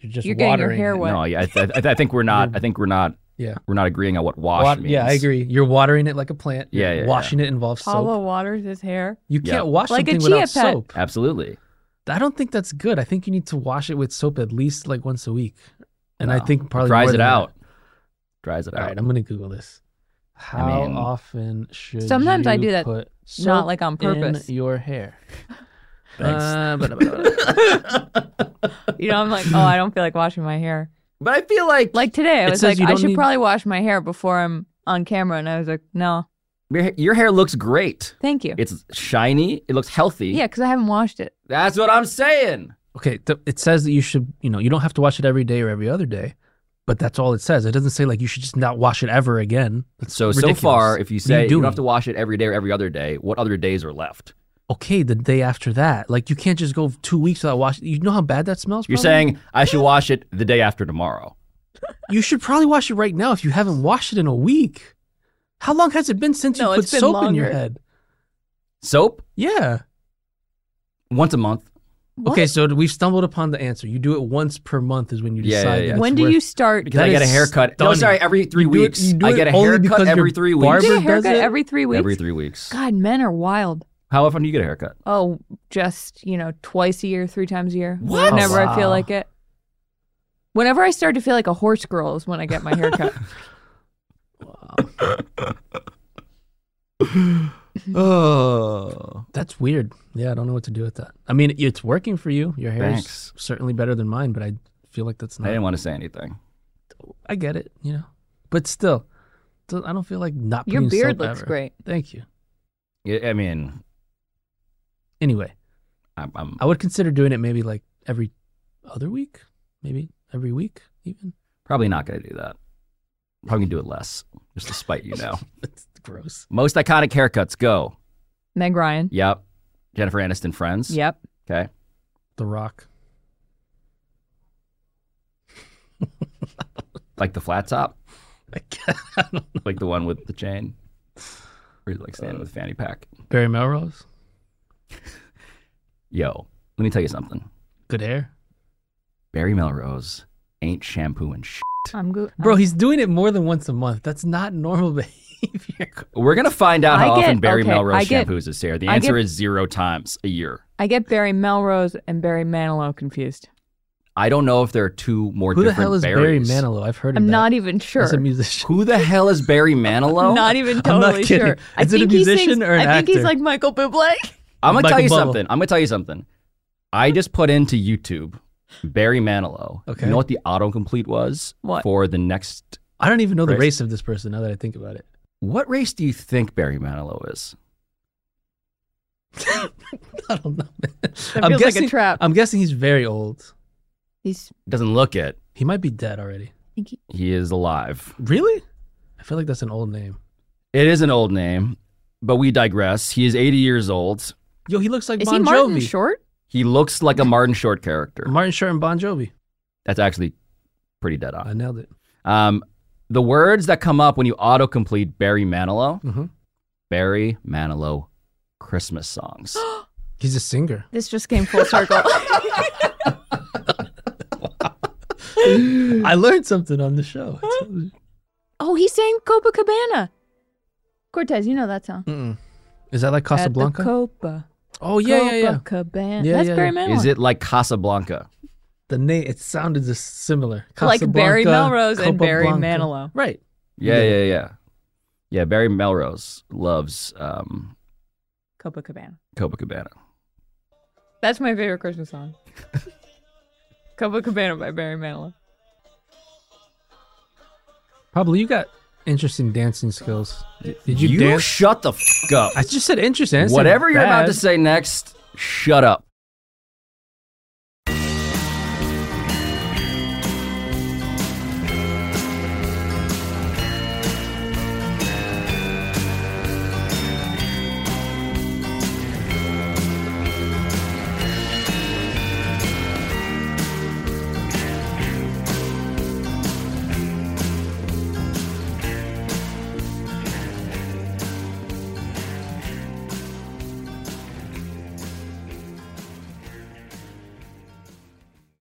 S2: You're just
S10: You're getting your
S2: watering.
S10: hair
S2: it.
S10: wet.
S1: No, yeah, I, th- I, th- I think we're not. I think we're not.
S2: Yeah.
S1: we're not agreeing on what wash
S2: Wat-
S1: means.
S2: yeah, I agree. You're watering it like a plant.
S1: Yeah, yeah,
S2: Washing it involves soap.
S10: Paula waters his hair.
S2: You
S1: Yeah.
S2: can't wash
S10: Like a
S2: something
S10: chia
S2: without
S10: pet.
S2: soap.
S1: Absolutely.
S2: I don't think that's good. I think you need to wash it with soap at least like once a week. And I
S1: No.
S2: think probably
S1: dries
S2: more
S1: it
S2: than that.
S1: out. Dries it
S2: All
S1: out.
S2: right, I'm gonna Google this. How
S1: mean-
S2: often should
S10: Sometimes I
S2: you
S10: do that,
S2: put soap
S10: not like on purpose.
S2: in your hair?
S1: Thanks.
S2: Uh, blah, blah, blah, blah.
S10: You know, I'm like, oh, I don't feel like washing my hair.
S1: But I feel like
S10: like today, I
S1: It
S10: was
S1: says
S10: like,
S1: you
S10: I
S1: don't
S10: should
S1: need-
S10: probably wash my hair before I'm on camera, and I was like, no,
S1: Your, ha- your hair looks great.
S10: thank you.
S1: It's shiny. It looks healthy.
S10: yeah, because I haven't washed it.
S1: That's what I'm saying.
S2: okay, th- it says that you should. You know, you don't have to wash it every day or every other day, but that's all it says. It doesn't say like you should just not wash it ever again. That's
S1: So
S2: ridiculous.
S1: so far, if you
S2: What are
S1: say you,
S2: doing?
S1: don't have to wash it every day or every other day, what other days are left?
S2: okay, the day after that, like you can't just go two weeks without washing. You know how bad that smells.
S1: You're
S2: probably?
S1: saying I should wash it the day after tomorrow.
S2: you should probably wash it right now if you haven't washed it in a week. How long has it been since
S10: No,
S2: you put
S10: it's been
S2: soap in your
S10: longer.
S2: head?
S1: Soap
S2: Yeah.
S1: once a month.
S2: Okay, so we've stumbled upon the answer. You do it once per month is when you
S1: Yeah, yeah,
S2: decide.
S1: yeah.
S2: that
S10: when
S2: it's
S10: do you
S2: worth-
S10: start?
S1: Because I
S2: That
S1: get a
S2: is
S1: haircut. No,
S2: stunning.
S1: sorry, every three
S2: You do it-
S1: weeks.
S2: you do
S1: I
S2: it
S1: get a
S2: only
S1: haircut
S2: because your
S1: every three weeks.
S2: barber
S10: You get
S2: does
S10: a haircut
S2: it?
S10: every three weeks.
S1: Every three weeks.
S10: God, men are wild.
S1: How often do you get a haircut?
S10: Oh, just you know, twice a year, three times a year.
S1: What?
S10: Whenever I feel
S1: Wow.
S10: like it. Whenever I start to feel like a horse girl is when I get my hair cut.
S1: Oh.
S2: Mm-hmm. That's weird. Yeah, I don't know what to do with that. I mean, it's working for you. Your hair
S1: Thanks.
S2: is certainly better than mine, but I feel like that's
S1: I
S2: not.
S1: didn't want to say anything.
S2: I get it, you know. But still, don't- I don't feel like not.
S10: Your
S2: putting soap
S10: beard looks
S2: ever.
S10: great.
S2: Thank you.
S1: I I mean,
S2: Anyway,
S1: I'm, I'm,
S2: I would consider doing it maybe like every other week, maybe every week even.
S1: probably not going to do that. Probably going to do it less, just to spite you now.
S2: It's gross.
S1: Most iconic haircuts go.
S10: Meg Ryan.
S1: Yep. Jennifer Aniston Friends.
S10: Yep.
S1: Okay.
S2: The Rock.
S1: Like the flat top.
S2: I can't- I don't know.
S1: like the one with the chain. Or like standing with a fanny pack.
S2: Barry Melrose.
S1: Yo, let me tell you something.
S2: Good hair.
S1: Barry Melrose ain't shampooing shit.
S10: I'm good.
S2: Bro, he's doing it more than once a month. That's not normal behavior.
S1: We're going to find out how
S10: I get-
S1: often Barry
S10: okay, I
S1: Melrose
S10: get-
S1: shampoos his hair. The
S10: I
S1: answer
S10: get-
S1: is zero times a year.
S10: I get Barry Melrose and Barry Manilow confused.
S1: I don't know if there are two more
S2: Who the
S1: different
S2: hell is Barry
S1: berries.
S2: Manilow? I've heard of
S10: I'm
S2: that.
S10: not even sure.
S2: He's a musician.
S1: Who the hell is Barry Manilow?
S10: Not even
S2: I'm not
S10: totally
S2: kidding.
S10: sure. I
S2: Is it a
S10: think he
S2: musician
S10: sings-
S2: or an
S10: I think he's
S2: actor?
S10: like Michael Bublé.
S1: I'm gonna
S2: Michael
S1: tell you
S2: Bubble.
S1: something. I'm gonna tell you something. I just put into YouTube Barry Manilow.
S2: Okay.
S1: You know what the autocomplete was
S2: What?
S1: for the next?
S2: I don't even know the
S1: Race?
S2: race of this person now that I think about it.
S1: What race do you think Barry Manilow is?
S2: I'm
S10: feels like a
S2: guessing,
S10: trap.
S2: I'm guessing he's very old.
S10: He's
S1: Doesn't look it.
S2: he might be dead already.
S1: He is alive.
S2: Really? I feel like that's an old name.
S1: It is an old name, but we digress. He is 80 years old.
S2: Yo, he looks like
S10: Is
S2: Bon
S10: he Martin
S2: Jovi.
S10: Short?
S1: He looks like a Martin Short character.
S2: Martin Short and Bon Jovi. Ah,
S1: That's actually pretty dead on.
S2: I nailed it.
S1: Um, the words that come up when you autocomplete Barry Manilow,
S2: Mm-hmm.
S1: Barry Manilow Christmas songs.
S2: He's a singer.
S10: This just came full circle.
S2: I learned something on the show. I told you.
S10: oh, he sang Copacabana. Cortez, you know that song.
S2: Mm-mm. Is that like Casablanca?
S10: At the Copa.
S2: Oh, yeah, yeah, yeah.
S10: Copacabana.
S2: Yeah,
S10: That's
S2: yeah,
S10: Barry
S2: yeah.
S10: Manilow.
S1: Is it like Casablanca?
S2: the name it sounded just similar.
S10: Like Barry
S2: Casablanca,
S10: Melrose and Barry
S2: Copacablanca.
S10: Manilow.
S2: Right.
S1: Yeah, yeah, yeah. Yeah, Barry Melrose loves um,
S10: Copacabana.
S1: Copacabana.
S10: That's my favorite Christmas song. Copacabana by Barry Manilow.
S2: Pablo, you got interesting dancing skills. Did you, dance?
S1: shut the f up.
S2: I just said interesting. I didn't say
S1: Whatever you're about
S2: bad.
S1: to say next, shut up.